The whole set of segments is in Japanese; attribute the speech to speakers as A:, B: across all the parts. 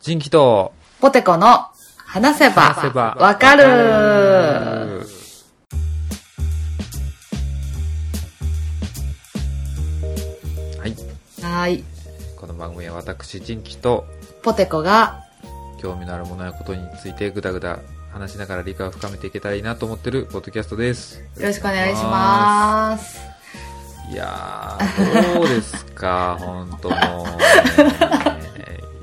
A: 人気と、
B: ポテコの話せば
A: 話せば
B: わか
A: う
B: る
A: んはい。
B: はい。
A: この番組は私、人気と、
B: ポテコが
A: 興味のあるものやことについてぐだぐだ話しながら理解を深めていけたらいいなと思ってるポッドキャストです。
B: よろしくお願いします。
A: いやー、どうです か、本当もう。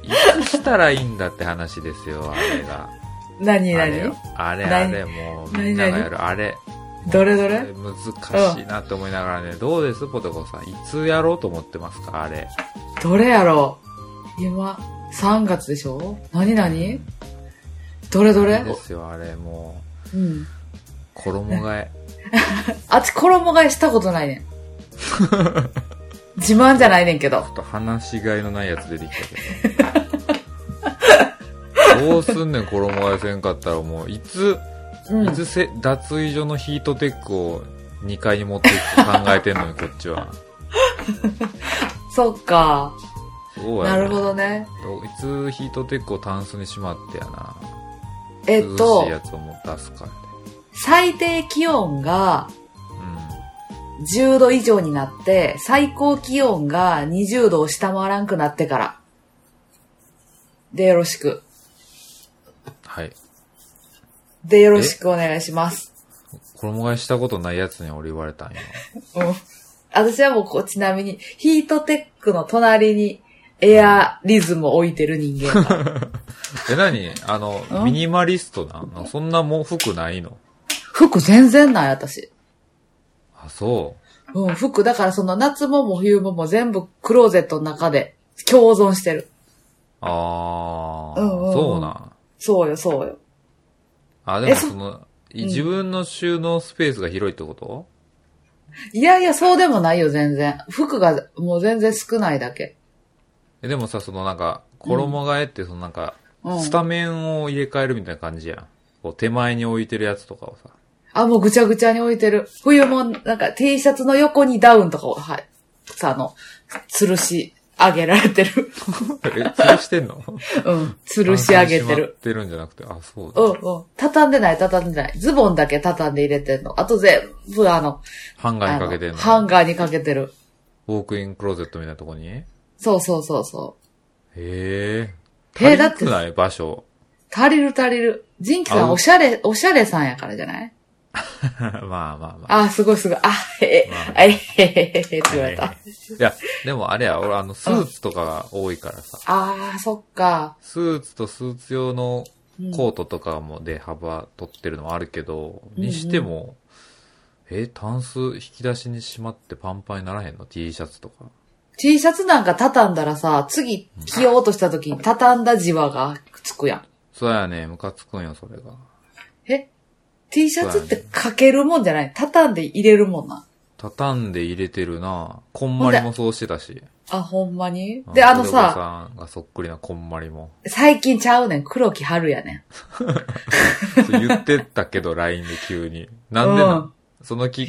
A: いつしたらいいんだって話ですよ、あれが。
B: 何
A: あれよ
B: 々
A: あれ
B: 何
A: あれ、もうみんながやる、あれ。
B: どれど
A: そ
B: れ
A: れ難しいなって思いながらね、どうですポテコさん。いつやろうと思ってますかあれ。
B: どれやろう今、3月でしょ何々どれどれ
A: ですよ、あれ。も
B: うん。
A: う、衣替え。
B: あっち衣替えしたことないね ん。自慢じゃないねんけど
A: ちょ。っと話しがいのないやつ出てきた けど。どうすんねん、衣替えせんかったらもう、いつ、
B: うん。
A: いつせ、脱衣所のヒートテックを2階に持っていくと考えてんのに、こっちは。
B: そっか。
A: そうや
B: なるほどね。
A: ど。いつヒートテックをタンスにしまってやな。
B: えっ
A: 涼し
B: と
A: い、やつをもう出すからね。
B: 最低気温が10度以上になって、最高気温が20度を下回らんくなってから。で、よろしく。
A: うん。はい。
B: で、よろしくお願いします。
A: 衣替えしたことないやつに俺言われたんよ。
B: うん。私はもうこう、ちなみに、ヒートテックの隣にエアリズムを置いてる人間だ
A: え、なにあの、
B: うん
A: ミニマリストなのそんなもう服ないの
B: 服全然ない、私。
A: あ、そ
B: うん、服、だからその夏もも冬もも全部クローゼットの中で共存してる。
A: う。あー、
B: うんうんうん
A: そうなん。
B: そうよ、そうよ。
A: あ、でも
B: えそ
A: その、い自分の収納スペースが広いってこと、
B: いやいや、そうでもないよ、全然。服がもう全然少ないだけ。
A: え、でもさ、そのなんか、衣替えってそのなんか、
B: うん。
A: スタメンを入れ替えるみたいな感じやん。こう手前に置いてるやつとかをさ。
B: あ、もうぐちゃぐちゃに置いてる。冬もなんか T シャツの横にダウンとかを、はい。さ、あの、吊るし上げられてる。
A: え、吊るしてんの
B: うん。吊るし上げ
A: 吊るし
B: て
A: まっ
B: る。
A: てるんじゃなくて、あ、そうだ。
B: うんうん。畳んでない、畳んでない。ズボンだけ畳んで入れてんの。あと全部あの、
A: ハンガーにかけてん
B: あ
A: の
B: のハンガーにかけてる。
A: ウォークインクローゼットみたいなとこにへ
B: そうそうそうそう。
A: え。
B: えだって
A: 足りなくない場所。
B: 足りる足りる。ジンキさ
A: あうん
B: んおしゃれ、おしゃれさんやからじゃない
A: まあまあまあ。
B: あ、すごいすごい。あ、へ
A: まあ
B: え、え、へへへへって言われた。
A: いや、でもあれや、俺あの、スーツとかが多いからさ、
B: あー、そっか。
A: スーツとスーツ用の
B: うん
A: コートとかもで幅取ってるのはあるけど、
B: うん
A: にしても、え、タンス引き出しにしまってパンパンにならへんの ?T シャツとか。
B: T シャツなんか畳んだらさ、次着ようとした時に畳んだじわがつくやん。
A: そうやね、ムカつくんよ、それが。
B: え ?T シャツってかけるもんじゃない畳んで入れるもんな。
A: 畳んで入れてるなこんまりもそうしてたし。
B: あ、ほんまに
A: うん
B: で、あの
A: お父
B: さ、
A: んがそっくりなこんまりも。
B: 最近ちゃうねん。黒木春やね
A: そう言ってたけど、LINE で急に。なんでな、
B: うん
A: ん、そのき、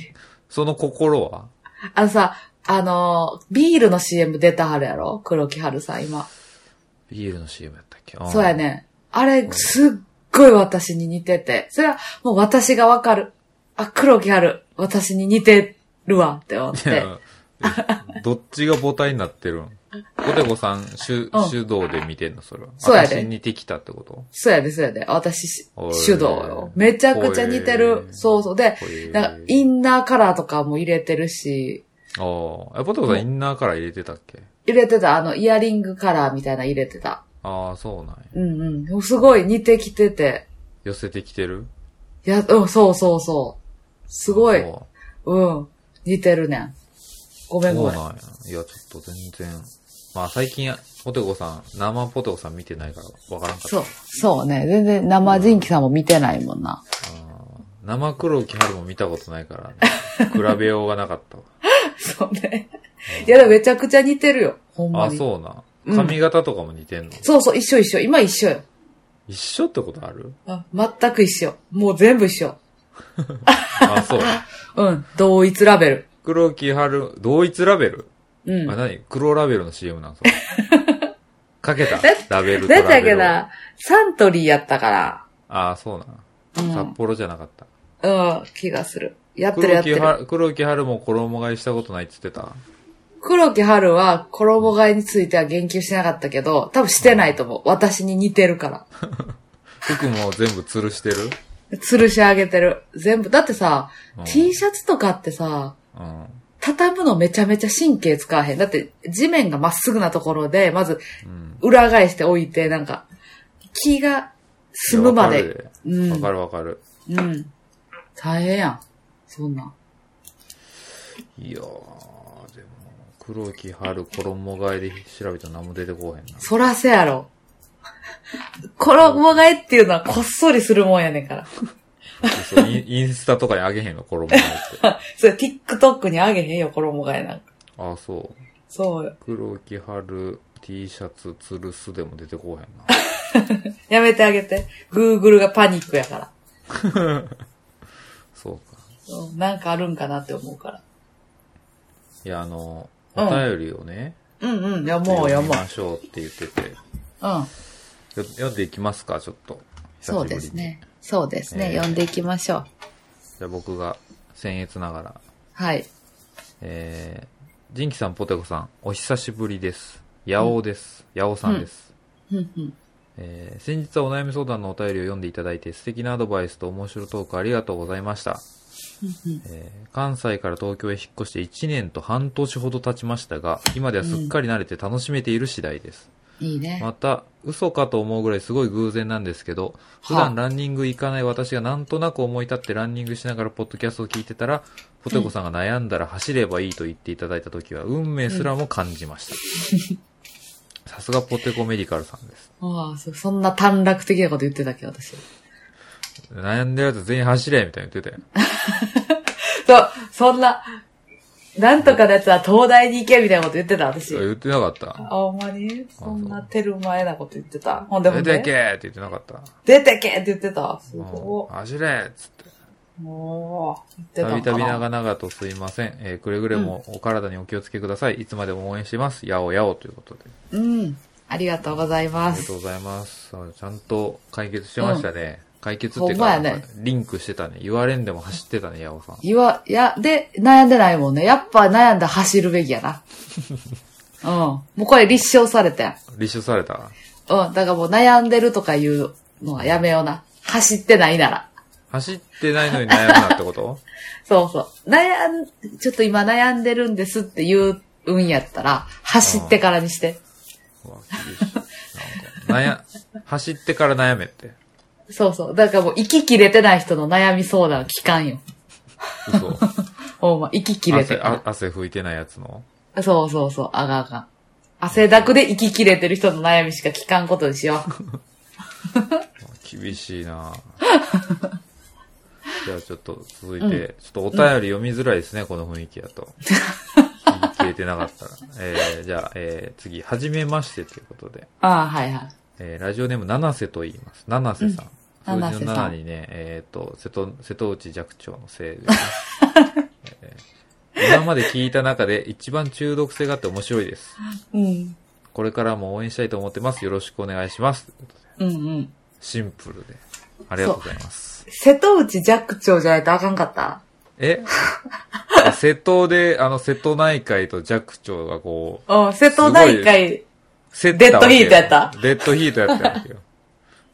A: その心は
B: ん。あのさ、あのービールの CM 出たはるやろ黒木春さん、今。
A: ビールの CM やったっけ
B: そうや。ね。あれ、すっごい私に似てて。それはもう私がわかる。あ、黒木春、私に似てるわって思っ
A: うんい
B: て。
A: やどっちが母体になってるんポテコさん、主
B: うん、
A: 主導で見てんの、それは。
B: そうやで
A: 私に似てきたってこと
B: そうやで、そうやで。私し
A: お、い
B: 手動よ。めちゃくちゃ似てる
A: お。い
B: そうそう。で、なんか、イ
A: ン、
B: ンナーカラーとかも入れてるし、
A: おーえ、ポテコさん、インナーから入れてたっけ
B: 入れてた、あの、イヤリングカラーみたいなの入れてた。
A: ああ、そうなんや。
B: うんうん。すごい似てきてて。
A: 寄せてきてる
B: いや、うん、そうそうそう。すごい、う
A: そ
B: ん。似てるねん。ご
A: う
B: めん
A: そう
B: ご
A: な
B: め
A: んや。
B: ん。
A: いや、ちょっと全然。まあ、最近、ポテコさん、生ポテコさん見てないから、わからんかった。
B: そう、そうね。全然生人気さんも見てないもんな。
A: うん生黒木春も見たことない から、ね、比べようがなかったわ。
B: そうね。いや、でもめちゃくちゃ似てるよ。ほんま
A: あ、
B: に。
A: そうな。
B: うん
A: 髪型とかも似てんの、
B: そうそう、一緒一緒。今一緒よ。
A: 一緒ってことある
B: あ全く一緒。もう全部一緒。
A: あ、 そう。
B: うん。同一ラベル。
A: 黒木春、同一ラベル、
B: うん
A: あ、。何黒ラベルの CM なんそれ。かけた
B: だ。
A: ラベルと
B: だ
A: ラ
B: ったっ
A: ベ
B: け
A: ルを。
B: な、サントリーやったから、
A: ああ、そうな。
B: うん
A: 札幌じゃなかった。
B: うん、気がする。やってる
A: 黒
B: やって
A: 木
B: る。
A: は黒木春も衣替えしたことないって言ってた。
B: 黒木春は衣替えについては言及しなかったけど、多分してないと思う。私に似てるから。
A: 服も全部吊るしてる
B: 吊るし上げてる。全部。だってさ、
A: うん
B: T シャツとかってさ、
A: うん。
B: 畳むのめちゃめちゃ神経使わへん。だって地面がまっすぐなところで、まず
A: うん。
B: 裏返しておいて、なんか、気が済むま
A: いやわか
B: で。
A: る
B: う
A: わ
B: ん
A: か。るわかる。
B: うん。大変やん。そんなん。
A: いやー、でも、黒木春衣替えで調べたら何も出てこうへんな。
B: そらせやろ。衣替えっていうのはこっそりするもんやねんから。
A: そうイン インスタとかにあげへんの、衣替えって。
B: それ TikTok にあげへんよ、衣替えなんか。
A: ああ、そう。
B: そうよ。
A: 黒木春 T シャツ吊るすでも出てこうへんな。
B: やめてあげて。Google がパニックやから。
A: そうか。
B: そうなんかあるんかなって思うから。
A: いや、あの、
B: うん
A: お便りをね、
B: うんうん、読もう読
A: 読み
B: もう。
A: ましょうって言ってて、よ
B: うん。
A: 読んでいきますか、ちょっと。久しぶ
B: そう
A: りに
B: です。ね。そうですね。
A: えー
B: 読んでいきましょう。
A: じゃあ僕が、僭越ながら、
B: はい。
A: えー、ジンキさん、ポテコさん、お久しぶりです。ヤオです。ヤオさんです。
B: うんうん。
A: えー先日はお悩み相談のお便りを読んでいただいて素敵なアドバイスと面白いトークありがとうございました、
B: うんうん
A: えー関西から東京へ引っ越して1年と半年ほど経ちましたが今ではすっかり慣れて楽しめている次第です、
B: いいね。
A: また嘘かと思うぐらいすごい偶然なんですけど普
B: はあ
A: 段ランニング行かない私がなんとなく思い立ってランニングしながらポッドキャストを聞いてたらポテコさんが悩んだら走ればいいと言っていただいた時は運命すらも感じました、 さすがポテコメディカルさんです
B: ああ、そそんな短絡的なこと言ってたっけ、私。
A: 悩んでるやつ全員走れみたいに言ってたよ。
B: そう、そんな、なんとかのやつは東大に行けみたいなこと言ってた、私。
A: 言ってなかった。
B: あ、ほんまに
A: あ
B: そんなテルマエなこと言ってた。ほんでほ
A: 出
B: んで。
A: てけって言ってなかった。
B: 出てけって言ってた。す
A: うん
B: ご
A: 走れっつって。
B: い。もう、言って
A: た
B: たん
A: び
B: か
A: たび
B: な。
A: 長々とすいません。えーくれぐれもお体にお気をつけください。いつまでも応援してます。やおやおということで。
B: うん。ありがとうござい
A: あ
B: ま
A: りがと
B: す。
A: うございます。あちゃんと解決してましたね。解決っていう
B: ほんま
A: か、
B: やね
A: なんかリンクしてたね。言われんでも走ってたね、やおさん。
B: いわ、いや、で、悩んでないもんね。やっぱ悩んだ走るべきや な。うん。もうこれ立証されたやん。
A: 立証された
B: うん、だからもう悩んでるとかいうのはやめような。走ってないなら。
A: 走ってないのに悩むなってこと
B: そうそう。悩ん、ちょっと今悩んでるんですって言うんやったら、走ってからにして。
A: うわ厳しいなんか悩、走ってから悩めって。
B: そうそう。だからもう息切れてない人の悩み相談は聞かんよ。
A: 嘘。
B: ほんま、息切れて
A: 汗、
B: か
A: あ汗拭いてないやつの
B: ら。そうそうそう。あがあがん。汗だくで息切れてる人の悩みしか聞かんことにし よう。
A: 厳しい なじゃあちょっと続いて、ちょっとお便り読みづらいですね、この雰囲気だ と。聞いてなかったら。えー、じゃあ、えー、次、はじめましてということで、
B: ああ、はいはい。
A: えー、ラジオネーム、七瀬と言います。七瀬さん。
B: うん
A: 数字の
B: 七瀬さん
A: 7にね、えっ、と、瀬戸、瀬戸内寂聴のせいで、ねえー今まで聞いた中で一番中毒性があって面白いです。
B: うん。
A: これからも応援したいと思ってます。よろしくお願いします。ということで
B: うんうん。
A: シンプルで。ありがとうございます。
B: 瀬戸内寂聴じゃないとあかんかった
A: え 瀬戸で、あの、瀬戸内海と寂聴がこう、
B: うん、瀬戸内海。
A: セ
B: デッドヒートやった
A: デッドヒートやったんですよ。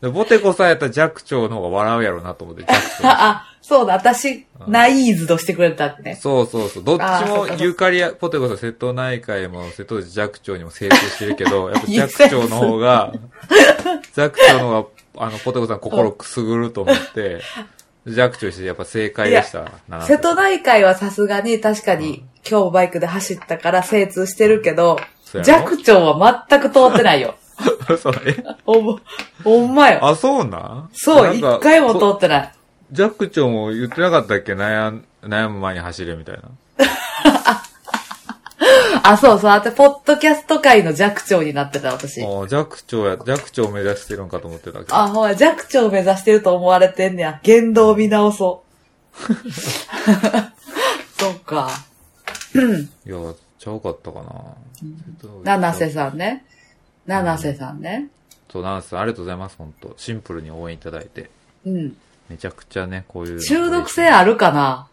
A: でボテコさんやったら寂聴の方が笑うやろうなと思って、寂聴。
B: あ、あそうだ、私、ナイーズドしてくれたってね。
A: そうそうそう。どっ
B: あー
A: ち
B: そっ
A: も
B: かそっか
A: ゆかりや、ポテコさん瀬戸内海も瀬戸内寂聴にも精通してるけど、や っぱ
B: 言い
A: 寂聴の方 が、寂聴の方が、あの、ポテコさん心くすぐると思って、寂聴してやっぱ正解でした。な
B: 瀬戸内海はさすがに確かに今日バイクで走ったから精通してるけど、
A: そうやろ
B: 弱聴は全く通ってな いよ。
A: そうえ
B: ほんま、ほんまよ。
A: あ、そうなん
B: そう、
A: なんか
B: 一回も通ってない。
A: ジャック長も言ってなかったっけ悩ん悩む前に走れみたいな。
B: あ、そうそう、あと、ポッドキャスト界の弱聴になってた、私。
A: もうジャック長や、ジャック長目指してるんかと思ってたけど。
B: あ、ほら、弱聴を目指してると思われてんねや。言動を見 直そう。そうか。
A: いや、ちゃうかったかな。
B: 七瀬さんね。七瀬さんね。
A: そう、ナンスさんありがとうございます、本当シンプルに応援いただいて。
B: うん。
A: めちゃくちゃね、こういうの。
B: 中毒性あるかな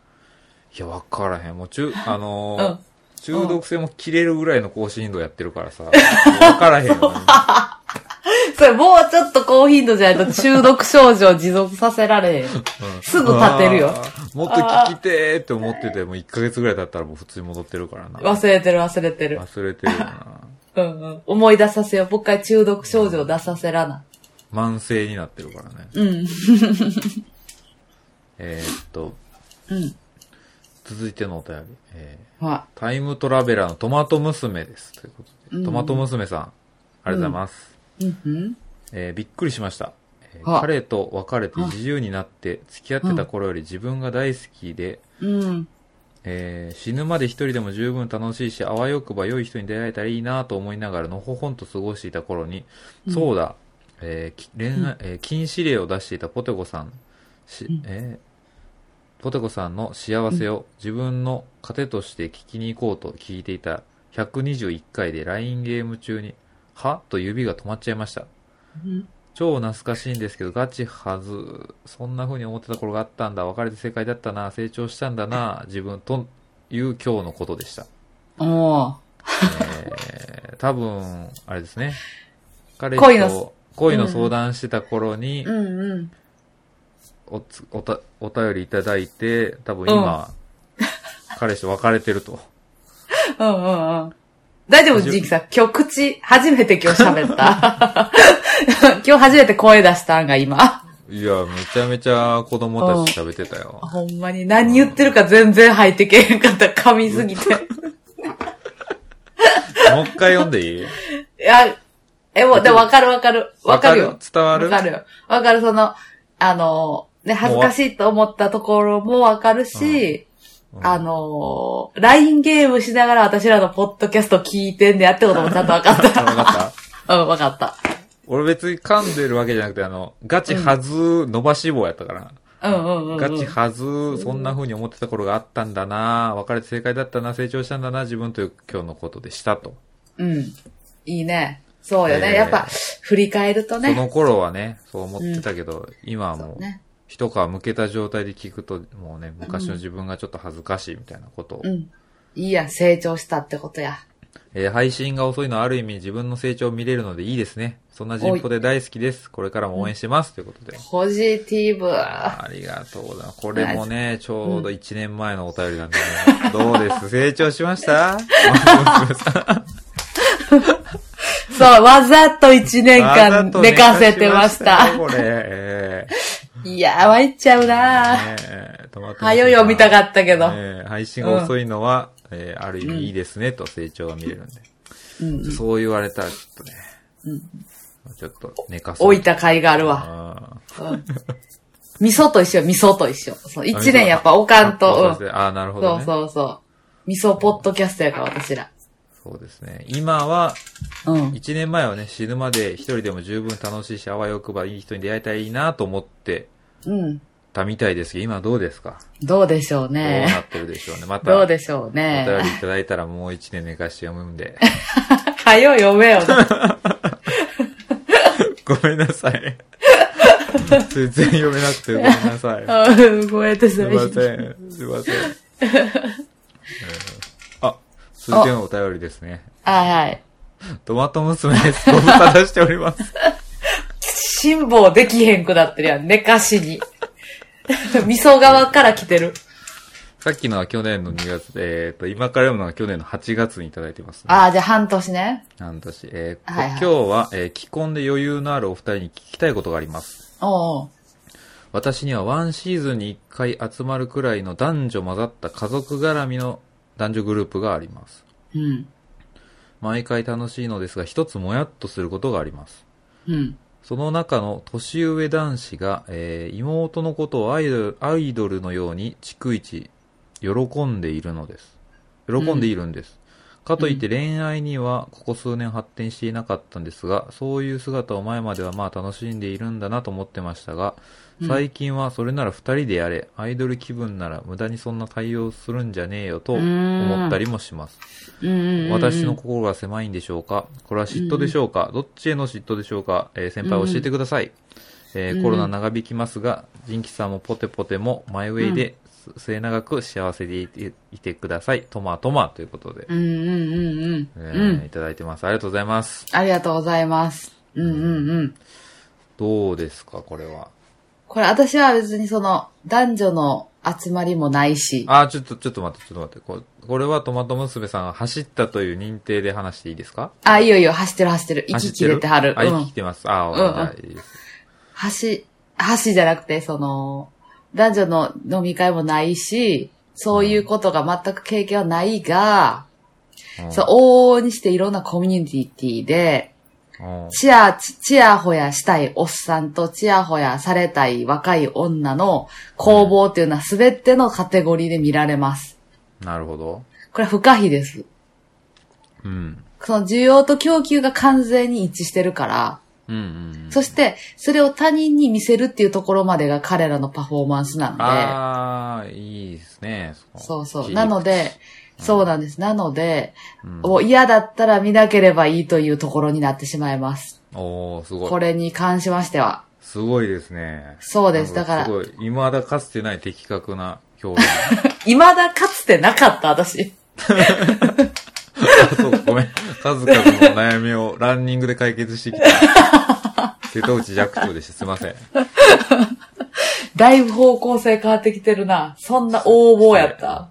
B: い
A: や、わからへん。もう中、あの
B: う
A: ー
B: ん。
A: 中毒性も切れるぐらいの高頻度やってるから さ、わからへんよ、ね。
B: それもうちょっと高頻度じゃないと中毒症状持続させられへん。
A: うん
B: すぐ立てるよ
A: あーもっと聞きてーって思ってて、もう1ヶ月ぐらい経ったらもう普通に戻ってるからな。
B: 忘れてる忘れてる。
A: 忘れてるよな。
B: うんうん。思い出させよう。もう一回中毒症状出させらな。
A: 慢性になってるからね。
B: うん。
A: えー、っと、
B: うん。
A: 続いてのお便り。え
B: は
A: ータイムトラベラーのトマト娘です。ということ
B: うん
A: で、トマト娘さん、ありがとうございます。
B: い。うんうん。
A: えーびっくりしました、えー
B: は
A: 彼と別れて自由になって、付き合ってた頃より自分が大好きで、
B: うん。
A: えー死ぬまで一人でも十分楽しいし、あわよくば良い人に出会えたらいいなと思いながらのほほんと過ごしていた頃に、
B: うん
A: そうだ、えーき恋
B: う
A: 愛えー禁止令を出していたポテコさん、し
B: うん
A: えーポテコさんの幸せを自分の糧として聞きに行こうと聞いていた121回で LINE ゲーム中に、はと指が止まっちゃいました。
B: うん
A: 超懐かしいんですけど、ガチはず。そんな風に思ってた頃があったんだ。別れて正解だったな。成長したんだな。自分、という今日のことでした。
B: おー
A: えー、多分、あれですね。彼と
B: 恋の
A: 恋の相談してた頃に
B: う、んうん。
A: おつおた、お便りいただいて、多分今、彼氏と別れてると。
B: うんうんうん。大丈夫、ジーキさん。今日口、初めて今日喋 った。今日初めて声出したんが今。
A: いや、めちゃめちゃ子供たち喋ってたよ。
B: ほんまに何言ってるか全然入ってけへんかった。噛みすぎて。
A: もう一回読んでいい
B: いや、え、もう、でもわかるわかる。 わかるよ。
A: 伝わ
B: わ
A: る
B: かるよ。わかる、その、あの、ね、恥ずかしいと思ったところもわかるし、
A: うん
B: あの、LINE ゲームしながら私らのポッドキャスト聞いてんでやってこともちゃんとわかっ
A: わかった
B: た。うん、わかった。
A: 俺別に噛んでるわけじゃなくて、あの、ガチはず伸ばし棒やったから。
B: うんうんうん、うん。
A: ガチはず、そんな風に思ってた頃があったんだな別れて正解だったな成長したんだな自分という今日のことでしたと。
B: うん。いいね。そうよね。
A: えー
B: やっぱ、振り返ると
A: その
B: ね。
A: 頃はね、そう思ってたけど、今はも
B: そう
A: う、
B: ね。
A: 一皮向けた状態で聞くと、もうね、昔の自分がちょっと恥ずかしいみたいなことを。
B: うん。いいやん、成長したってことや。
A: えー配信が遅いのはある意味自分の成長を見れるのでいいですね。そんな人歩で大好きです。これからも応援してます。ということで。
B: ポジティブ。
A: ありがとうございます。これもね、ちょうど1年前のお便りなんで、ね どうです成長しました
B: そう、わざと一年
A: わざ
B: 間
A: と
B: 寝かせてまし
A: 寝かせよ
B: た。
A: これ、え
B: いやー、参っちゃう
A: ー
B: なー。
A: ねえトマト
B: はよ読みたか
A: っ
B: ったけど。
A: 配信が遅いのは、えーある意味いいですね、と成長が見れるんで。
B: うん。
A: そう言われたら、ちょっとね、
B: うん
A: ちょっと寝かせ
B: 置いた甲斐があるわ。
A: わ。
B: うん。味噌と一緒、味噌と一緒。そう一年やっぱおかん
A: あ
B: と
A: そう、ですねあー、なる
B: う
A: ほ
B: ん。そ
A: ど、
B: う
A: ね。
B: そうそう。味噌ポッドキャストやから、私ら。
A: そうですね。今は、
B: うん。
A: 1年前はね、死ぬまで一人でも十分楽しいし、あわよくばいい人に出会えたらいいなと思って
B: うん。
A: たみたいですけど、今どうですか、
B: どうでしょう
A: どうな
B: ね。
A: ってるでしょうね。また、
B: ど
A: お
B: う
A: 便
B: でしょう
A: り
B: ね。
A: いただいたらもう1年寝かして読むんで。
B: はよ読めよ。
A: ごめんなさい。全然読めなくてごめんなさい。
B: うんごめんな
A: す
B: さ
A: いま
B: い。
A: せん。すいません。えーあ、続いてのお便りですね。
B: はいはい。
A: トマト娘です。ご無沙汰しており ます。
B: 辛抱できへんくなってるやん。寝かしに。 味噌側から来てる。
A: さっきのは去年の2月、えっ、と、今から読むのは去年の8月にいただいてますね。
B: ああ、じゃあ半年ね。
A: なんだし、えー
B: はいは
A: 今
B: い
A: 日は、えー既婚で余裕のあるお二人に聞きたいことがあります。
B: おうおう。
A: 私にはワンシーズンに1回集まるくらいの男女混ざった家族絡みの男女グループがあります。
B: うん。
A: 毎回楽しいのですが、一つもやっとすることがあります。
B: うん。
A: その中の年上男子が、えー妹のことをアイドルアイドルのように逐一喜んでいるのです。喜んでいるんです。かといって恋愛にはここ数年発展していなかったんですが、そういう姿を前まではまあ楽しんでいるんだなと思ってましたが、
B: うん
A: 最近はそれなら二人でやれ、アイドル気分なら無駄にそんな対応するんじゃねえよと思ったりもします。
B: うんうんうん
A: 私の心が狭いんでしょうかこれは嫉妬でしょうか、どっちへの嫉妬でしょうか、えー先輩教えてください、えー
B: うん
A: コロナ長引きますが、ジンキさんもポテポテもマイウェイで、末永く幸せでいていてください。トマトマということで、
B: うんうんうんうん。
A: え
B: う
A: ー
B: ん。
A: いただいてます。ありがとうございます。
B: ありがとうございます。うんうんうん。
A: どうですか、これは。
B: これ私は別にその男女の集まりもないし。
A: あー、ちょっと、ちょっと待って、ちょっと待って。ここれはトマト娘さんが走ったという認定で話していいですか
B: あ、いいよいいよ、走ってる走ってる。息切れてはる。
A: あ、
B: う
A: 息
B: ん
A: 切。てます。あー、
B: うんうん
A: じゃあいいです
B: 橋、橋じゃなくて、その、男女の飲み会もないし、そういうことが全く経験はないが、
A: うん
B: そう、往々にしていろんなコミュニティで、
A: うん
B: チヤ、チチヤホヤしたいおっさんとチヤホヤされたい若い女の攻防っていうのは全てのカテゴリーで見られます。
A: なるほど。
B: これは不可避です。
A: うん。
B: その需要と供給が完全に一致してるから、
A: うんうんうん。
B: そして、それを他人に見せるっていうところまでが彼らのパフォーマンスなんで、
A: ああ、いいですね。こ
B: そうそう。なの、で、そうなんです。なので、
A: うん
B: もう嫌だったら見なければいいというところになってしまいます。
A: おー、すご
B: こ
A: い。
B: れに関しましては。
A: すごいですね。
B: そうです。だから
A: す、ごい。未だかつてない的確な表現。
B: 未だかつてなかった、私。
A: あそう、ごめん。数々のお悩みをランニングで解決してきた。 瀬戸内寂聴でした。すいません。
B: だいぶ方向性変わってきてるな。そんな横暴やった。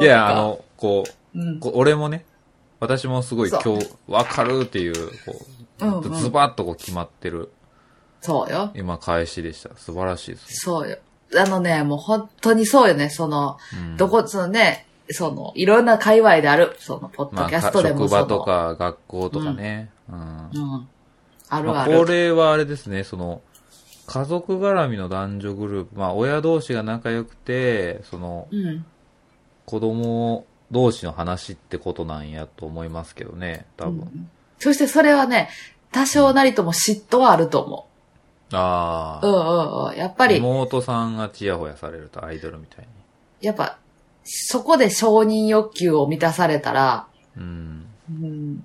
A: いや、あの、こ
B: う
A: う、
B: ん。
A: こう俺もね、私もすごい
B: そ
A: 今
B: う
A: 日、わかるっていう、こう、
B: うんうん
A: ズバッとこう決まってる、
B: そうよ。
A: 今、返しでした。素晴らしいです。
B: そうよ。あのね、もう本当にそうよね。その、
A: うん
B: どこ、そのね、その、いろんな界隈である、その、ポッ
A: ま
B: ド
A: あ、
B: キャ
A: か
B: ストでも
A: 職
B: その、
A: 場とか学校とかね。うん。
B: うん。ある
A: ま
B: あ
A: あ、
B: る。
A: これはあれですね、その、家族絡みの男女グループ、まあ、親同士が仲良くて、その、
B: うん。
A: 子供同士の話ってことなんやと思いますけどね、多分。
B: うんそしてそれはね、多少なりとも嫉妬はあると思
A: あ
B: う。う
A: あ、
B: んうんうん。やっぱり、
A: 妹さんがチヤホヤされるとアイドルみたい
B: やっぱ、そこで承認欲求を満たされたら、
A: に。うん。
B: うん、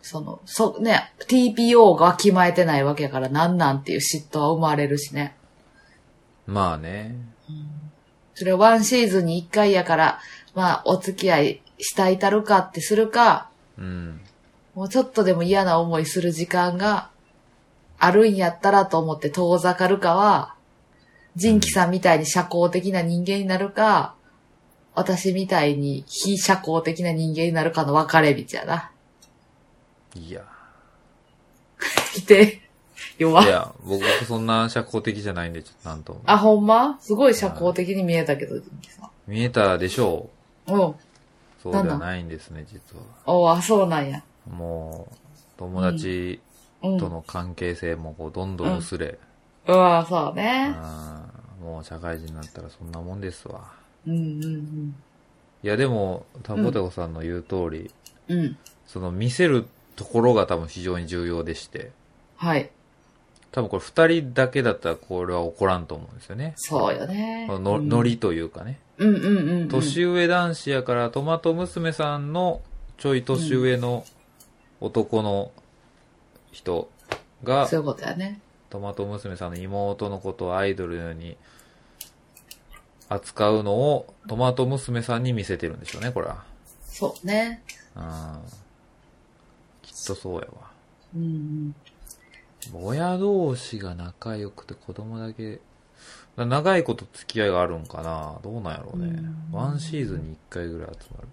B: その、そ、ね、TPO が決まえてないわけやから、なんなんっていう嫉妬は生まれるしね。
A: まあね。
B: それワンシーズンに一回やから、まあ、お付き合いしたいたるかってするか、
A: うん。
B: もうちょっとでも嫌な思いする時間があるんやったらと思って遠ざかるかは、人気さんみたいに社交的な人間になるか、私みたいに非社交的な人間になるかの分かれ道やな。
A: いや。
B: 否定。弱
A: い。や、僕、そんな社交的じゃないんで、ちょっとなんとも。
B: あ、ほんますごい社交的に見えたけど、人気さん。
A: 見えたでしょう
B: うん。
A: そう
B: なん
A: で
B: だ
A: はないんですね、実は。
B: おあ、そうなんや。
A: もう、友達
B: うん。
A: との関係性もこうどんどん薄れ、
B: うわ、そう
A: う
B: ね。
A: んもう社会人になったらそんなもんですわ。
B: うんうん
A: いやでも、タコタコさんの言う通り、
B: うん。うん。
A: その見せるところが多分非常に重要でして、
B: はい。
A: 多分これ二人だけだったらこれは起こらんと思うんですよね。
B: そうよね。
A: この
B: うん
A: ノリというかね。
B: うんうんうんうん。
A: 年上男子やからトマト娘さんのちょい年上の男の人が、
B: そういうことやね。
A: トマト娘さんの妹のことをアイドルのように扱うのをトマト娘さんに見せてるんでしょうね、これは。
B: そうね。
A: うん。きっとそうやわ。
B: うんうん。
A: 親同士が仲良くて子供だけ、だ長いこと付き合いがあるんかなどうなんやろうね。
B: うん
A: ワンシーズンに1回ぐらい集まる。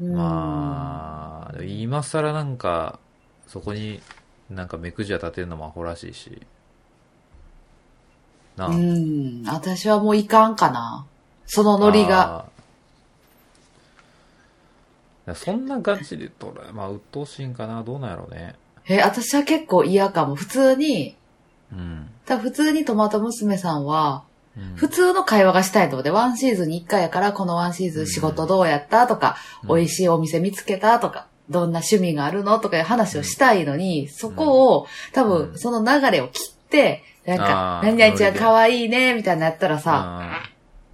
B: うん
A: まあ、今更なんか、そこになんか目くじは立てるのもアホらしいし。なあ
B: うん。私はもういかんかな。そのノリが。
A: あー。いやそんなガチで捉え、まあ、鬱陶しいんかな、どうなんやろうね。
B: え、私は結構嫌かも。普通に、
A: うん。
B: ただ普通にトマト娘さんは、
A: うん
B: 普通の会話がしたいので、ワンシーズンに1回やから、このワンシーズン仕事どうやったとか、
A: うん
B: 美味しいお店見つけたとか、どんな趣味があるのとかいう話をしたいのに、そこを、多
A: う
B: 分、
A: ん
B: その流れを切って、なんか
A: あ、ー
B: 何々ちゃ
A: ノリ
B: ん
A: で
B: 可愛いね、みたいなのやったらさ、
A: あ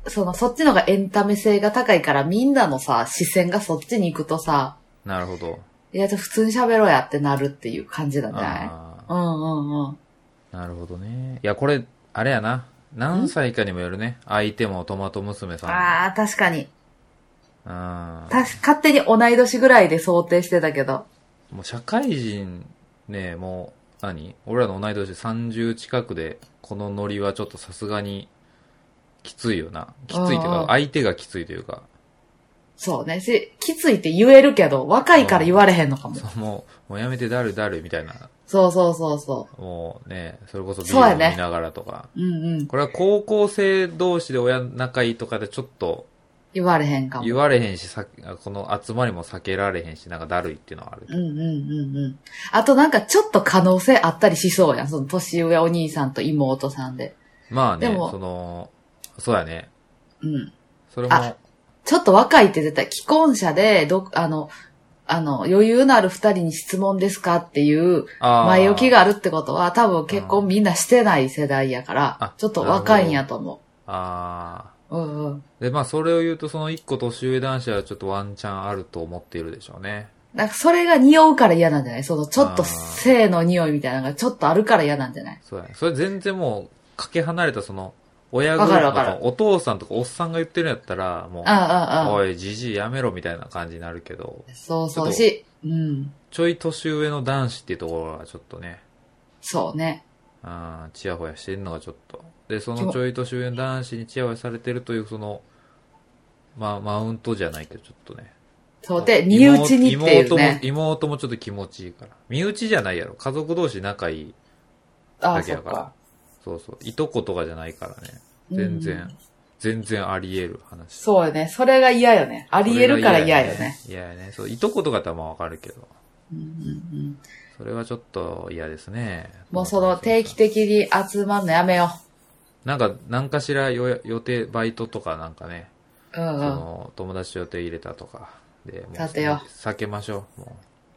B: その、そっちのがエンタメ性が高いから、みんなのさ、視線がそっちに行くとさ、
A: ーなるほど。
B: いや、じゃあ普通に喋ろうやってなるっていう感じだね。
A: あ
B: うんうんうん。
A: ーなるほどね。いや、これ、あれやな。何歳かにもよるね。相手もトマト娘さんも。
B: ああ、確かに。
A: あ
B: たし、勝手に同い年ぐらいで想定してたけど。
A: もう社会人ね、もう、何俺らの同い年で30近くで、このノリはちょっとさすがに、きついよな。きついという
B: あ
A: か
B: ー、
A: 相手がきついというか、
B: そうね。し、きついって言えるけど、若いから言われへんのかも。
A: そうもう、もうやめてだるだるみたいな、
B: そうそうそうそ
A: もうね、それこそビ
B: そうや
A: ー
B: ね
A: ル飲みながらとか。
B: う。うんうん。
A: これは高校生同士で親仲いいとかでちょっと
B: 言われへんかも。
A: 言われへんし、さこの集まりも避けられへんし、なんかだるいっていうのはあるけ
B: う
A: ど。
B: んうんうんうん。あとなんかちょっと可能性あったりしそうやん。その年上お兄さんと妹さんで。
A: まあね、
B: でも
A: その、そうやね。
B: うん。
A: それも、
B: あちょっと若いって絶対既婚者で、ど、あの、あの、余裕のある二人に質問ですかっていう
A: あー
B: 前置きがあるってことは多分結婚みんなしてない世代やか
A: あ
B: ら、ちょっと若いんやと思
A: ああ。
B: う。うんうん。
A: で、まあ、それを言うと、その一個年上男子はちょっとワンチャンあると思っているでしょうね。
B: なんかそれが匂うから嫌なんじゃないそのちょっと性の匂いみたいなのがちょっとあるから嫌なんじゃない
A: そうやね。それ全然もう、かけ離れたその、親グ
B: わ
A: ル
B: かる
A: ー
B: わ
A: プ
B: かる
A: とかお父さんとかおっさんが言ってるんやったら、もう、
B: ああ、ああ、ああ。
A: おい、じじいやめろみたいな感じになるけど、
B: そうそう
A: ち
B: し、うん。
A: ちょい年上の男子っていうところがちょっとね、
B: そうね。
A: あーちやほやしてるのがちょっと。で、そのちょい年上の男子にちやほやされてるという、その、まあ、マウントじゃないけど、ちょっとね。
B: そうで、身内にっていうね。
A: 妹も、妹もちょっと気持ちいいから。身内じゃないやろ。家族同士仲いい。
B: ああ、
A: だけ
B: そ
A: や
B: っ
A: から
B: か。
A: そうそう。いとことかじゃないからね。全然、
B: うん
A: 全然あり得る話。
B: そうよね。それが嫌よね。あ
A: あ
B: りえるから嫌よね。。
A: 嫌やね。そう、いとことかだったらまあわかるけど。
B: うんうんうん
A: それはちょっと嫌ですね。
B: もうその定期的に集まんのやめよ
A: なんか、何かしら予予定、バイトとかなんかね、
B: う。うん
A: そ
B: うん。
A: の、友達予定入れたとか。で、もう、
B: 立てよ
A: 避けましょう。も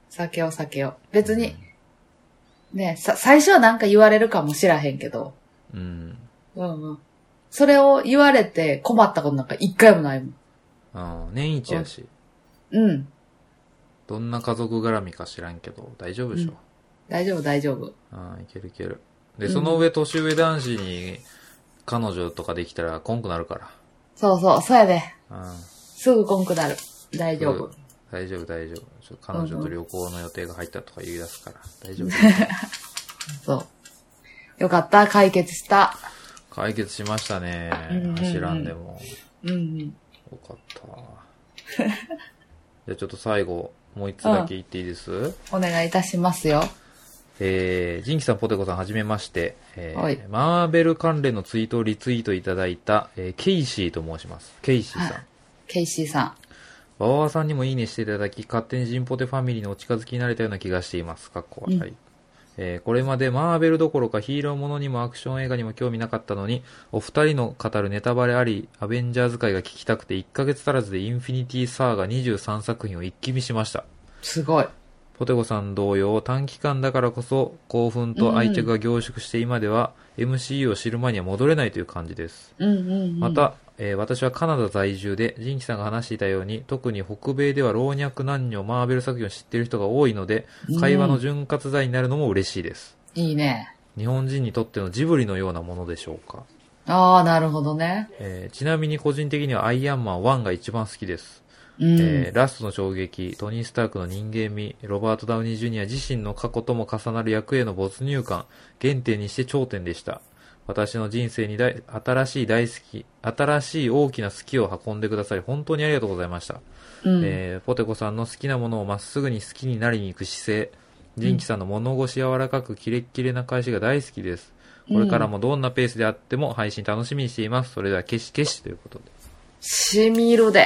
B: 酒を酒を。別に、ね、さ、最初はなんか言われるかもしらへんけど。
A: う。うん。
B: うんうん。それを言われて困ったことなんか一回もないもん。
A: うん。年一やし。
B: うん。
A: どんな家族絡みか知らんけど、大丈夫でしょ。
B: 大丈夫大丈夫。
A: うん、いけるいける。
B: う
A: で、
B: ん
A: その上、年上男子に、彼女とかできたら、こんくなるか
B: そうそう、そうやで。
A: ら。うん。
B: すぐこんくなる。大丈夫。
A: 大丈夫、大丈夫。ちょ彼女と旅行の予定が入ったとか言い出すから、大丈夫。
B: そう。よかった、解決した。
A: 解決しましたね
B: うんうんうん。
A: 走らんでも。
B: うんうん。
A: よかった。じゃあちょっと最後、もう一つだけ言っていいです、
B: お願いいたしますよ。
A: えー、ジンキさん、ポテコさん、はじめまして。えー
B: はい
A: マーベル関連のツイートをリツイートいただいた、えーケイシーと申します。ケイシーさん。
B: ケイシーさ
A: わわわさんにもいいねしていただき、勝手にジンポテファミリーのお近づきになれたような気がしています。かっこ
B: うん
A: はい。えーこれまでマーベルどころかヒーローものにもアクション映画にも興味なかったのに、お二人の語るネタバレあり、アベンジャーズ界が聞きたくて1ヶ月足らずでインフィニティサーガ23作品を一気見しました。
B: ん。すごい。
A: ポテコさん同様、短期間だからこそ興奮と愛着が凝縮して今では MCU を知る前には戻れないという感じです。
B: うんうん、うん。
A: ま、た、えー私はカナダ在住で、ジンキさんが話していたように、特に北米では老若男女マーベル作品を知っている人が多いので
B: うん、
A: 会話の潤滑剤になるのも嬉しいです。
B: いいね。
A: 日本人にとってのジブリのようなものでしょうか。
B: ああ、なるほどね。
A: えーちなみに個人的にはアイアンマン1が一番好きです。
B: うん。
A: えーラストの衝撃、トニー・スタークの人間味、ロバート・ダウニー・ジュニア自身の過去とも重なる役への没入感、原点にして頂点でした。私の人生に大新しい大好き、新しい大きな好きを運んでくださり、本当にありがとうございました。
B: うん
A: えーポテコさんの好きなものをまっすぐに好きになりに行く姿勢、ジンキさんの物腰柔らかくキレッキレな返しが大好きです。これからもどんなペースであっても配信楽しみにしています。それでは、けしけしということで。
B: しみるで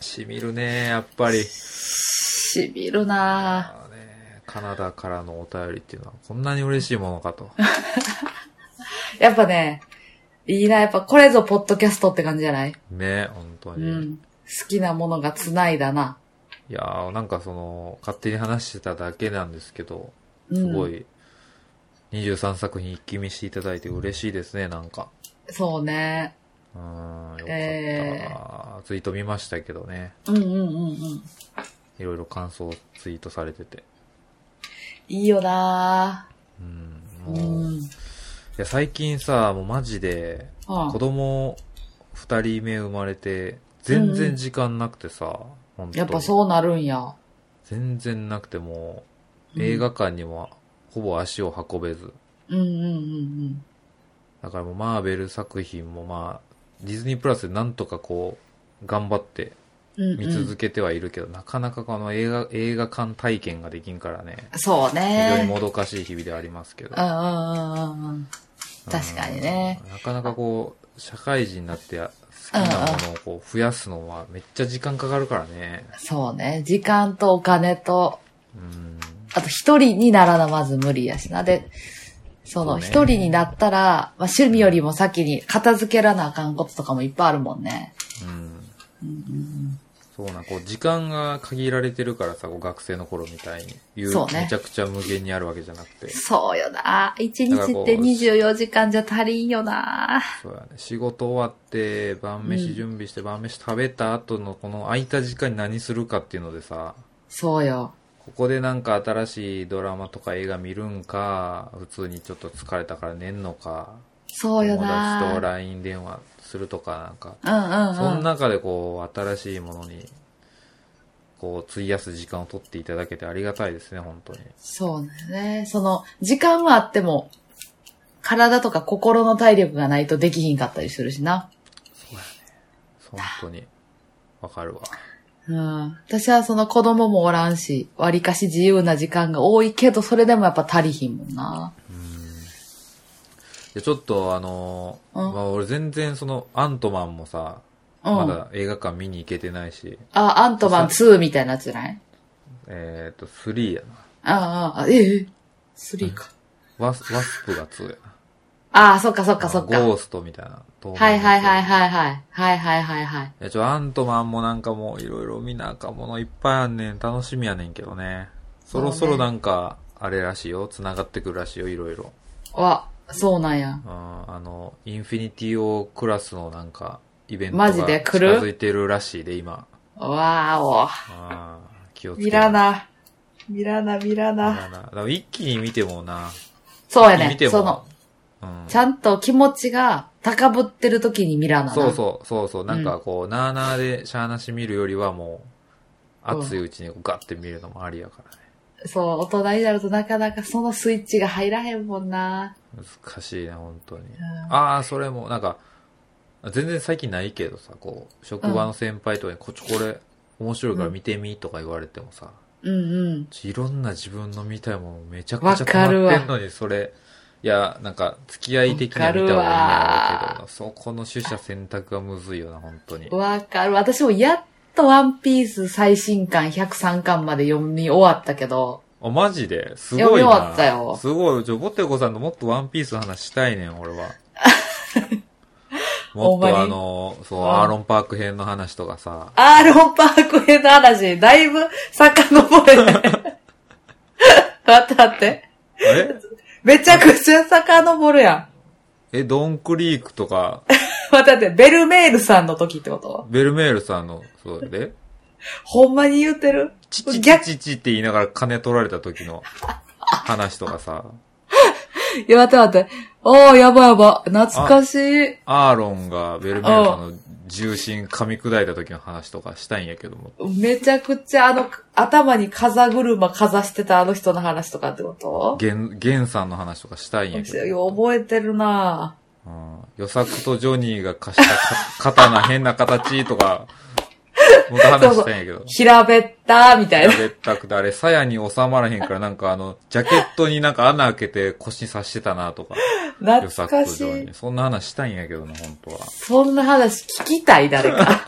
A: しみるねやっぱり。
B: しみるな
A: まあね、カナダから のお便りっていうのはこんなに嬉しいものかと。
B: やっぱね、いいな、やっぱこれぞポッドキャストって感じじゃない
A: ね、本当
B: う
A: に。
B: ん。好きなものが繋いだな。
A: いやー、なんかその、勝手に話してただけなんですけど、
B: うん
A: すごい、23作品一気見していただいて嬉しいですね、なんか。
B: そうね。
A: うーん、よかった、
B: え
A: ツイート見ましたけどね。
B: うんうんうんうん。
A: いろいろ感想ツイートされてて。
B: いいよな
A: うん、
B: う
A: もう、い
B: ん。
A: や、最近さ、もうマジで、
B: うん
A: 子供二人目生まれて、全然時間なくてさ、本当
B: やっぱそうなるんや。
A: 全然なくても
B: うん
A: う、映画館にもほぼ足を運べず。
B: うんうんうん
A: だからもうマーベル作品もまあ、ディズニープラスでなんとかこう、頑張って
B: うん。うんうん
A: 見続けてはいるけど、なかなかこの映画、映画館体験ができんからね、
B: そう
A: 非常に
B: ね。
A: もどかしい日々ではありますけど。
B: うんうんうんうんうん。確かにね
A: うん。なかなかこう、社会人になって好きなものをこう増やすのはめっちゃ時間かかるからね。
B: そうね。時間とお金と、
A: うん。
B: あと一人にならなまず無理やしな。で、その
A: そうね
B: 一人になったら、まあ、趣味よりも先に片付けらなあかんこととかもいっぱいあるもんね。
A: うん。
B: うんうん
A: そうなん、こう時間が限られてるからさ、こう学生の頃みたいに。言
B: そうね
A: めちゃくちゃ無限にあるわけじゃなくて
B: うん。そうよな。一日
A: だからこ
B: っ
A: う
B: て24時間じゃ足りんよな。
A: そうやね。仕事終わって、晩
B: うん
A: 飯準備して、晩飯食べた後のこの空いた時間に何するかっていうのでさ、
B: そうよ。
A: ここでなんか新しいドラマとか映画見るんか、普通にちょっと疲れたから寝んのか、
B: そう
A: 友
B: よ
A: 達と
B: な。
A: LINE 電話するとかなんか、
B: うん
A: そ
B: うんう
A: の
B: ん。
A: 中でこう、新しいものに、こう、費やす時間を取っていただけてありがたいですね、本当に。
B: そうだよね。その、時間はあっても、体とか心の体力がないとできひんかったりするしな。
A: 本当に。わかるわ。
B: うん。私はその子供もおらんし、割かし自由な時間が多いけど、それでもやっぱ足りひんもんな。
A: で、ちょっとあのー
B: うん
A: まあ俺全然その、アントマンもさ、
B: うん。
A: まだ映画館見に行けてないし、
B: あ、アントマン2みたいなやつじゃない
A: えっ、と、3やな。
B: ああ、あ、ええ、3か。
A: ワスワスプが2やな。
B: ああ、そっかそっかそっか。
A: ゴーストみたいな。
B: はいはいは
A: い。
B: いはいはい。はいはいはいはい。
A: いや、ちょ、アントマンもなんかもういろいろ見なあかんものいっぱいあんねん。楽しみやねんけどね。そろそろなんか、あれらしいよ。繋がってくるらしいよ、いろいろ。
B: わ、そうなんや。
A: うん、あの、インフィニティオクラスのなんか、イベント
B: マ
A: が
B: ジ
A: 近
B: で来る
A: づいてるらしいで、今。
B: わ
A: あー気を
B: ーお。
A: つけて
B: ミラナ。ミラナ、ミラ
A: 見
B: ナ。
A: らなだから一気に見てもな。
B: そうや
A: 見
B: ね
A: て。も
B: その、
A: うん
B: ちゃんと気持ちが高ぶってる時にミラナな。
A: そうそう、そうそう。なんかこう、なあなあでしゃーなし見るよりはもう、
B: うん
A: 熱いうちにガッて見るのもありやからね。
B: う。そう、大人になるとなかなかそのスイッチが入らへんもんな。
A: 難しいな、本当に。
B: ん
A: ああ、それも、なんか、全然最近ないけどさ、こう、職場の先輩とかに、こっちこれ、面白いから見てみとか言われてもさ、
B: うんうん。
A: いろんな自分の見たいものめちゃくちゃ溜まってんのに、それ、いや、なんか、付き合い的には見た方がいいん
B: わ
A: だ
B: か
A: ろうけど、そこの取捨選択がむずいよな、本当に。
B: わかる。私もやっとワンピース最新巻103巻まで読み終わったけど、
A: あ、マジですごい
B: いや
A: な。
B: 見終わったよ
A: すごい。ちょ、ボテコさんともっとワンピースの話したいねん、俺は。 も
B: ほん
A: っ
B: まに
A: とあの、そう、
B: うん
A: アーロンパーク編の話とかさ。
B: アーロンパーク編の話、だいぶ遡れ ね。待って待って。
A: え
B: めちゃくちゃ遡るや
A: え、ドンクリークとか、
B: ん。待って待って、ベルメールさんの時ってこと
A: ベルメールさんの、そうで、
B: ほんまに言うてる
A: チチチ
B: 逆
A: チチって言いながら金取られた時の話とかさ、
B: いや、待って待って。おー、やばいやばい。懐かしい。
A: アーロンがベルメールさんの重心噛み砕いた時の話とかしたいんやけども。
B: めちゃくちゃあの、頭に風車かざしてたあの人の話とかってこと
A: ゲン、ゲンさんの話とかしたいんやけど。
B: 覚えてるなぁ。
A: うん予作とジョニーが貸したか刀変な形とか、僕話したんやけど。
B: 平べったみたいな。
A: べったくて、あれ、鞘に収まらへんから、なんかあの、ジャケットになんか穴開けて腰に刺してたなとか、予
B: 懐
A: 作
B: か
A: と
B: し
A: ジョ
B: い
A: ニー。。そんな話したいんやけどな、本当は。
B: そんな話聞きたい、誰か。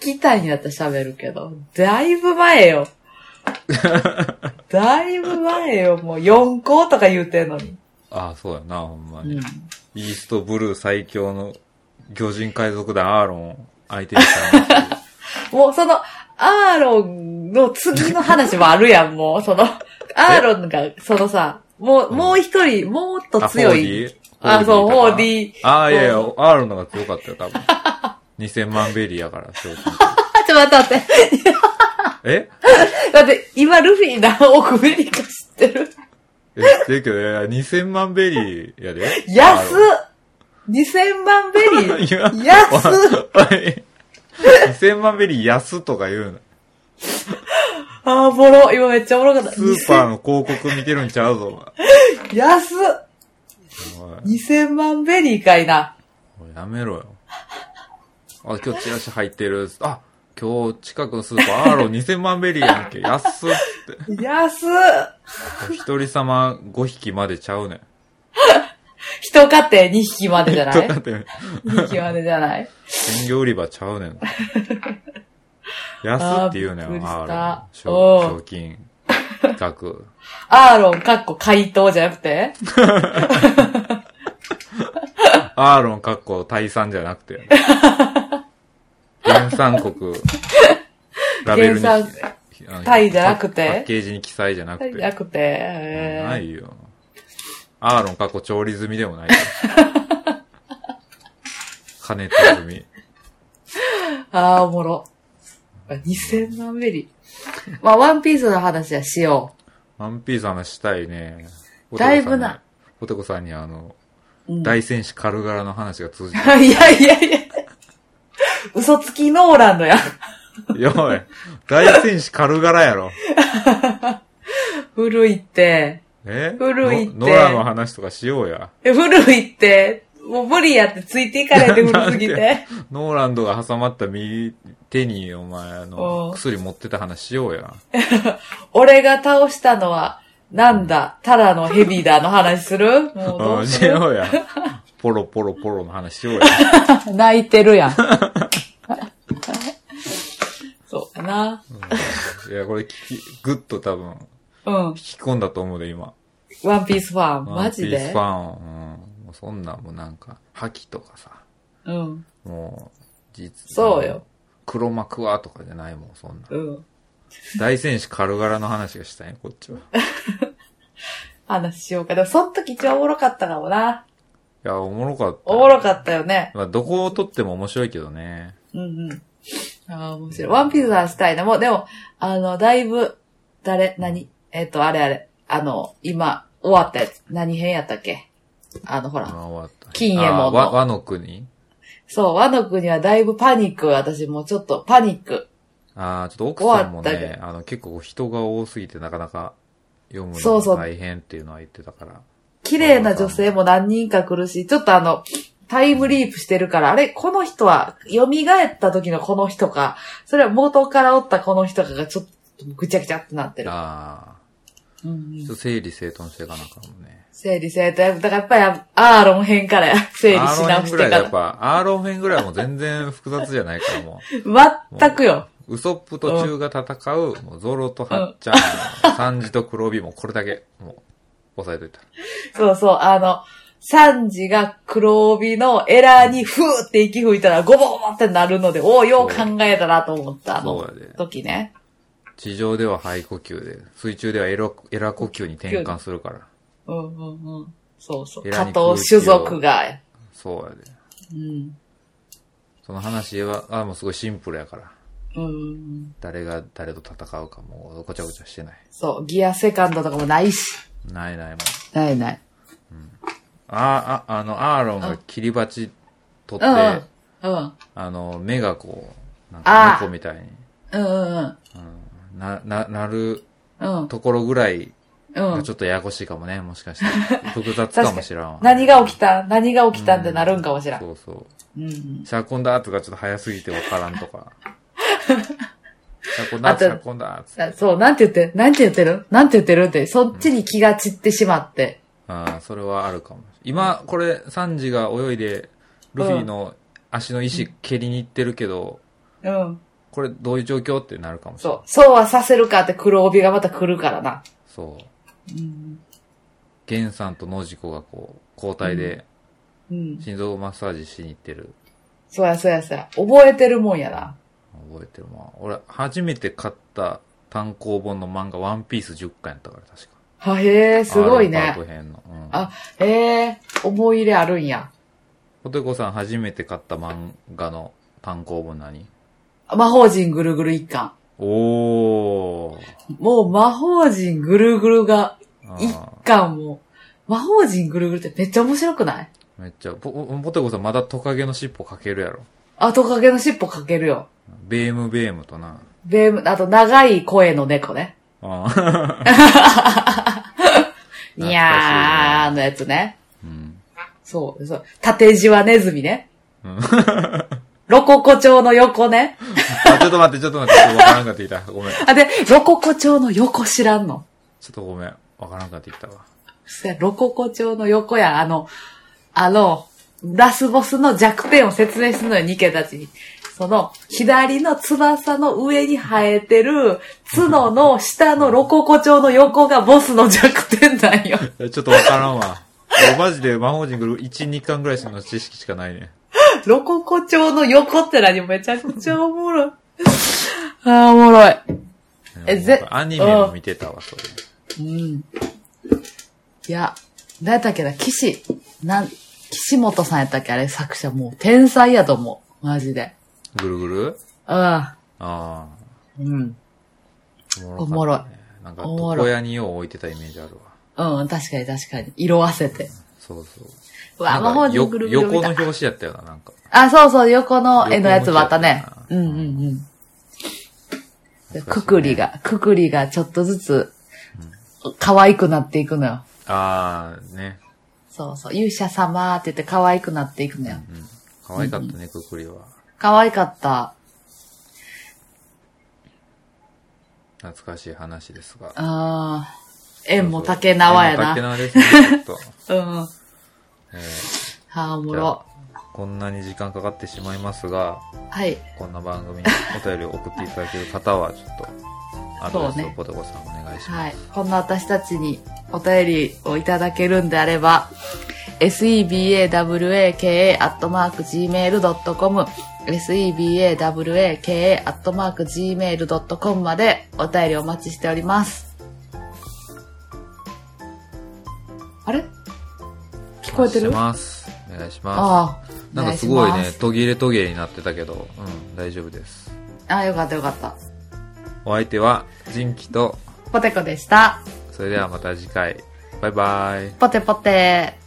B: 聞きたいになったら喋るけど。だいぶ前 よ。だいぶ前よ。もう4校とか言うてんのに。
A: ああ、そうやな、ほんま
B: う
A: に。
B: ん。
A: イーストブルー最強の魚人海賊団アーロン相手にしたな
B: もうその、アーロンの次の話もあるや ん、もう。その、アーロンが、そのさ、もう、もう一人、もっと
A: あ
B: 強い。あ、そう、
A: ホ
B: ホ
A: ーデ
B: ーデ
A: ィー
B: ィー。
A: とかああ、いやいや
B: う、
A: アーロンの方が強かったよ、多分。2000万ベリーやから、正直
B: あ、ちょ、待って待って。
A: え
B: だって、今、ルフィ何億ベリーか知ってる
A: え、知ってるけど、いや2000万ベリーやで。
B: 安っ !2000 万ベリ
A: いや
B: ー安っ
A: っ2000万ベリー安とか言うな。
B: あー、おもろ。今めっちゃおもろかった。
A: スーパーの広告見てるんちゃうぞ、
B: 2000安っ
A: お前おい
B: !2000 万ベリーかいな。
A: おいやめろよ。あ、今日チラシ入ってる。あ、今日近くのスーパー、アーロン2000万ベリーやんけ。安っつって。
B: 安っ
A: 一人様5匹までちゃうねん。
B: 一家庭2匹まで じゃな
A: と
B: い
A: かって、
B: ?2 匹までじゃない
A: 鮮魚売り場ちゃうね ん。安って言うねん、
B: あーびっくりした
A: アーロン。
B: おう
A: 賞賞金額。
B: アーロンかっこ回答じゃなくて
A: アーロンかっこ大産じゃなく て。原産国。ラベルに
B: 原産。
A: あの
B: タイじゃなくて
A: パパッケージに記載じゃなくて。
B: なくて。へー
A: ないよ。アーロン過去調理済みでも ないよ。加熱済み。
B: ああ、おもろ。2000万ベリー。まあ、ワンピースの話はしよ
A: ワンピースの話したいね。
B: だいぶな
A: ポテコさんに。ポテコさんにあの、
B: う。うん、い
A: 大戦士カルガラの話が 通じ
B: や いやいや。嘘つきノーランドや。
A: て。やばい。大戦士カルガラやろ。
B: 古いって。
A: え
B: 古いって
A: ノノラの話とかしようや。
B: え古いって、もう無理やってついていかれて古すぎ
A: な
B: て。
A: ノーランドが挟まった右手に、お前、あ
B: お
A: の、
B: う
A: 薬持ってた話しようや。
B: 俺が倒したのは、なんだ、ただのヘビーだの話するもうど
A: う、
B: うんす
A: し
B: る
A: ようや。ポロポロポロの話 しようや。
B: 泣いてるやん。そうやな。
A: いや、これ聞き、ぐっと多分、
B: うん
A: 引。き込んだと思うで、今。
B: ワンピースファン、
A: ワ
B: マ
A: ンピ
B: ジ
A: ース
B: で
A: ファンを、うん。もうそんなんもうなんか、覇気とかさ、
B: うん。
A: もう、実
B: そうよ。
A: 黒幕はとかじゃないもん、そんな。
B: うん。
A: 大戦士カルガラの話がしたいね、こっちは。い
B: 話しようか。でも、その時一番おもろかったかもな。
A: や、おもろかった。
B: おもろ
A: っ
B: かったよね。
A: た。まあ、どこを撮っても面白いけどね。
B: うんうん。ああ、面白い。ワンピースはしたいな。もう、でも、あの、だいぶ、誰、何えっ、と、あれあれ。あの、今、終わったやつ。何編やったっけあの、ほ
A: あ
B: ら。
A: 終わった。
B: 金右衛門の
A: あわ和の国
B: そう、ワノ国はだいぶパニック。私もうちょっとパニック。
A: ああ、ちょっと奥さんも
B: 終わった
A: ね、あの、結構人が多すぎてなかなか読む
B: そ
A: の
B: うそ
A: が
B: う
A: 大変っていうのは言ってたから。
B: 綺麗な女性も何人か来るし、ちょっとあの、タイムリープしてるから、あれ、この人は、蘇った時のこの人か、それは元からおったこの人かがちょっとぐちゃぐちゃってなってる。
A: ああ。
B: うんうん
A: ちょっと整理整頓していかなあかんもんね。
B: 整理整頓。だからやっぱりあアーロン編からや 整理し
A: アーロン
B: 直
A: 編
B: し
A: ぐら
B: て
A: いが
B: か
A: やっぱ、アーロン編ぐらいはもう全然複雑じゃないからも
B: ら。全くよ。
A: う。ウソップとチュウが戦う、もうゾロとハッチャー、サンジと黒ビもうこれだけ、もう、押さえといた。
B: そうそう、あの、サンジが黒帯のエラーにふーって息吹いたらゴボゴボってなるので、おお、よう考えたなと思った、あ
A: そう
B: の
A: やで
B: 時ね。
A: 地上では肺呼吸で、水中ではエラエラ呼吸に転換するから。
B: うんうんうん。そうそう。
A: エラー
B: 加
A: に
B: 藤種族が。
A: そうやで。
B: うん。
A: その話は、あもうすごいシンプルやから。
B: うんうんうん。
A: 誰が誰と戦うかもうごちゃごちゃしてない。
B: そう、ギアセカンドとかもないし。
A: ないないもん。
B: ないない。
A: ああ、あの、アーロンが切り鉢取
B: うんう
A: っ
B: ん
A: て、。
B: うん。
A: あの、目がこう、なん
B: あ
A: か
B: ー
A: 猫みたいに、
B: うんうん
A: うん、な、な、なる
B: うん。
A: ところぐらい
B: うん。う
A: が
B: ん
A: ち。ょっとややこしいかもね、もしかして。 複雑かもしらんわ。
B: 何が起きた何が起きたってなるんかもしらん。
A: そうそう。
B: うんうん。
A: シャコンだーとかちょっと早すぎてわからんと か。シャコンだ
B: あ
A: ー、
B: と
A: シャコンだーっつって。
B: あそう、なんて言って、なんて言ってるなんて言ってるって、そっちに気が散ってしまって。
A: ああ、それはあるかも。今、これ、サンジが泳いで、ルフィの足の石蹴りに行ってるけど、
B: うん。
A: これどういう状況ってなるかもしれない
B: そ。。
A: う
B: そうはさせるかって黒帯がまた来るからな。
A: そう。
B: うん。
A: 源さんと野次子がこう、交代で
B: うん。
A: 心臓マッサージしに行ってる。
B: そうやそうやそうや。覚えてるもんやな。
A: 覚えてるな。俺、初めて買った単行本の漫画、ワンピース10巻やったから、確か。
B: はへえ、すごい
A: アーロン
B: ね
A: パー。ク編の。うん。
B: あへえ、思い入れあるんや。
A: ポテコさん初めて買った漫画の単行本何
B: 魔法陣ぐるぐる一巻。
A: おー。
B: もう魔法陣ぐるぐるが
A: あ
B: 一
A: ー
B: 巻も。魔法陣ぐるぐるってめっちゃ面白くない
A: めっちゃ、ポ、ポテコさんまだトカゲの尻尾かけるやろ。
B: あ、トカゲの尻尾かけるよ。
A: ベームベームとな。
B: ベーム、あと長い声の猫ね。
A: あー懐かしいね
B: にゃーのやつね。
A: うん。
B: そう、そう。縦じわネズミね
A: うん。
B: ロココ調の横ね。
A: あ、ちょっと待って、ちょっと待って、ちょっとわからんかってきた。ごめん。ちょ
B: あ、で、ロココ調の横知らんの。
A: っとごめん。わからんかってきたわ。
B: そやロココ調の横やん、あの、あの、ラスボスの弱点を説明するのよ、ニケたちに。その、左の翼の上に生えてる角の下のロココ調の横がボスの弱点なんよ。
A: いやちょっとわからん わ。俺マジで魔法陣グルー1、2巻ぐらいの知識しかないね。
B: ロココ調の横って何めちゃくちゃおもろい。あーおもろい。えぜ
A: アニメも見てたわ、それ。
B: うん。いや、何やったっけな、岸、なん、岸本さんやったっけあれ作者もう天才やと思う。マジで。
A: ぐるぐる
B: うん。
A: あ
B: うん。
A: あ。
B: おもろい
A: かったね。なんか、
B: おもろい
A: 床屋によう置いてたイメージあるわ。
B: うん、確かに確かに。色あせて。
A: そうそう。
B: う
A: な
B: わ、魔
A: んか
B: 法陣
A: よ
B: ぐるぐる
A: 横
B: 見
A: の
B: た。
A: 表紙やったよな、なんか。
B: あ、そうそう、横の絵のやつもあったね
A: 横の。表
B: うん
A: 紙やったなん
B: ううん。でくくりが、くくりがちょっとずつ、可愛くなっていくのよ。
A: ああ、ね。
B: そうそう、勇者様って言って可愛くなっていくのよ。
A: うん。可愛かったね、くくりは。
B: 可愛かった。
A: 懐かしい話ですが。
B: あー、縁も竹縄や
A: そうそう縁
B: な。
A: も竹縄ですね、ちょっと。
B: うん。あ
A: え
B: ー、お
A: ー
B: も
A: じゃあ
B: ろ。
A: こんなに時間かかってしまいますが、
B: はい。
A: こんな番組にお便りを送っていただける方は、ちょっと、アドレ
B: そう
A: スを
B: ね
A: ポテコさんお願いします。
B: はい。こんな私たちにお便りをいただけるんであれば、sebawaka.gmail.com、sebawaka.gmail.com までお便りお待ちしております。あれ聞こえて
A: お
B: る
A: 願いし
B: あ
A: ます。お願いします。
B: あ。
A: なんかすごい
B: お願
A: ね
B: し、
A: 途切れ途切れになってたけど、うん、大丈夫です。
B: ます。ああ、よかったよかった。
A: お相手は、ジンキと、
B: ポテコでした。
A: それではまた次回。バイバイ。
B: ポテポテ。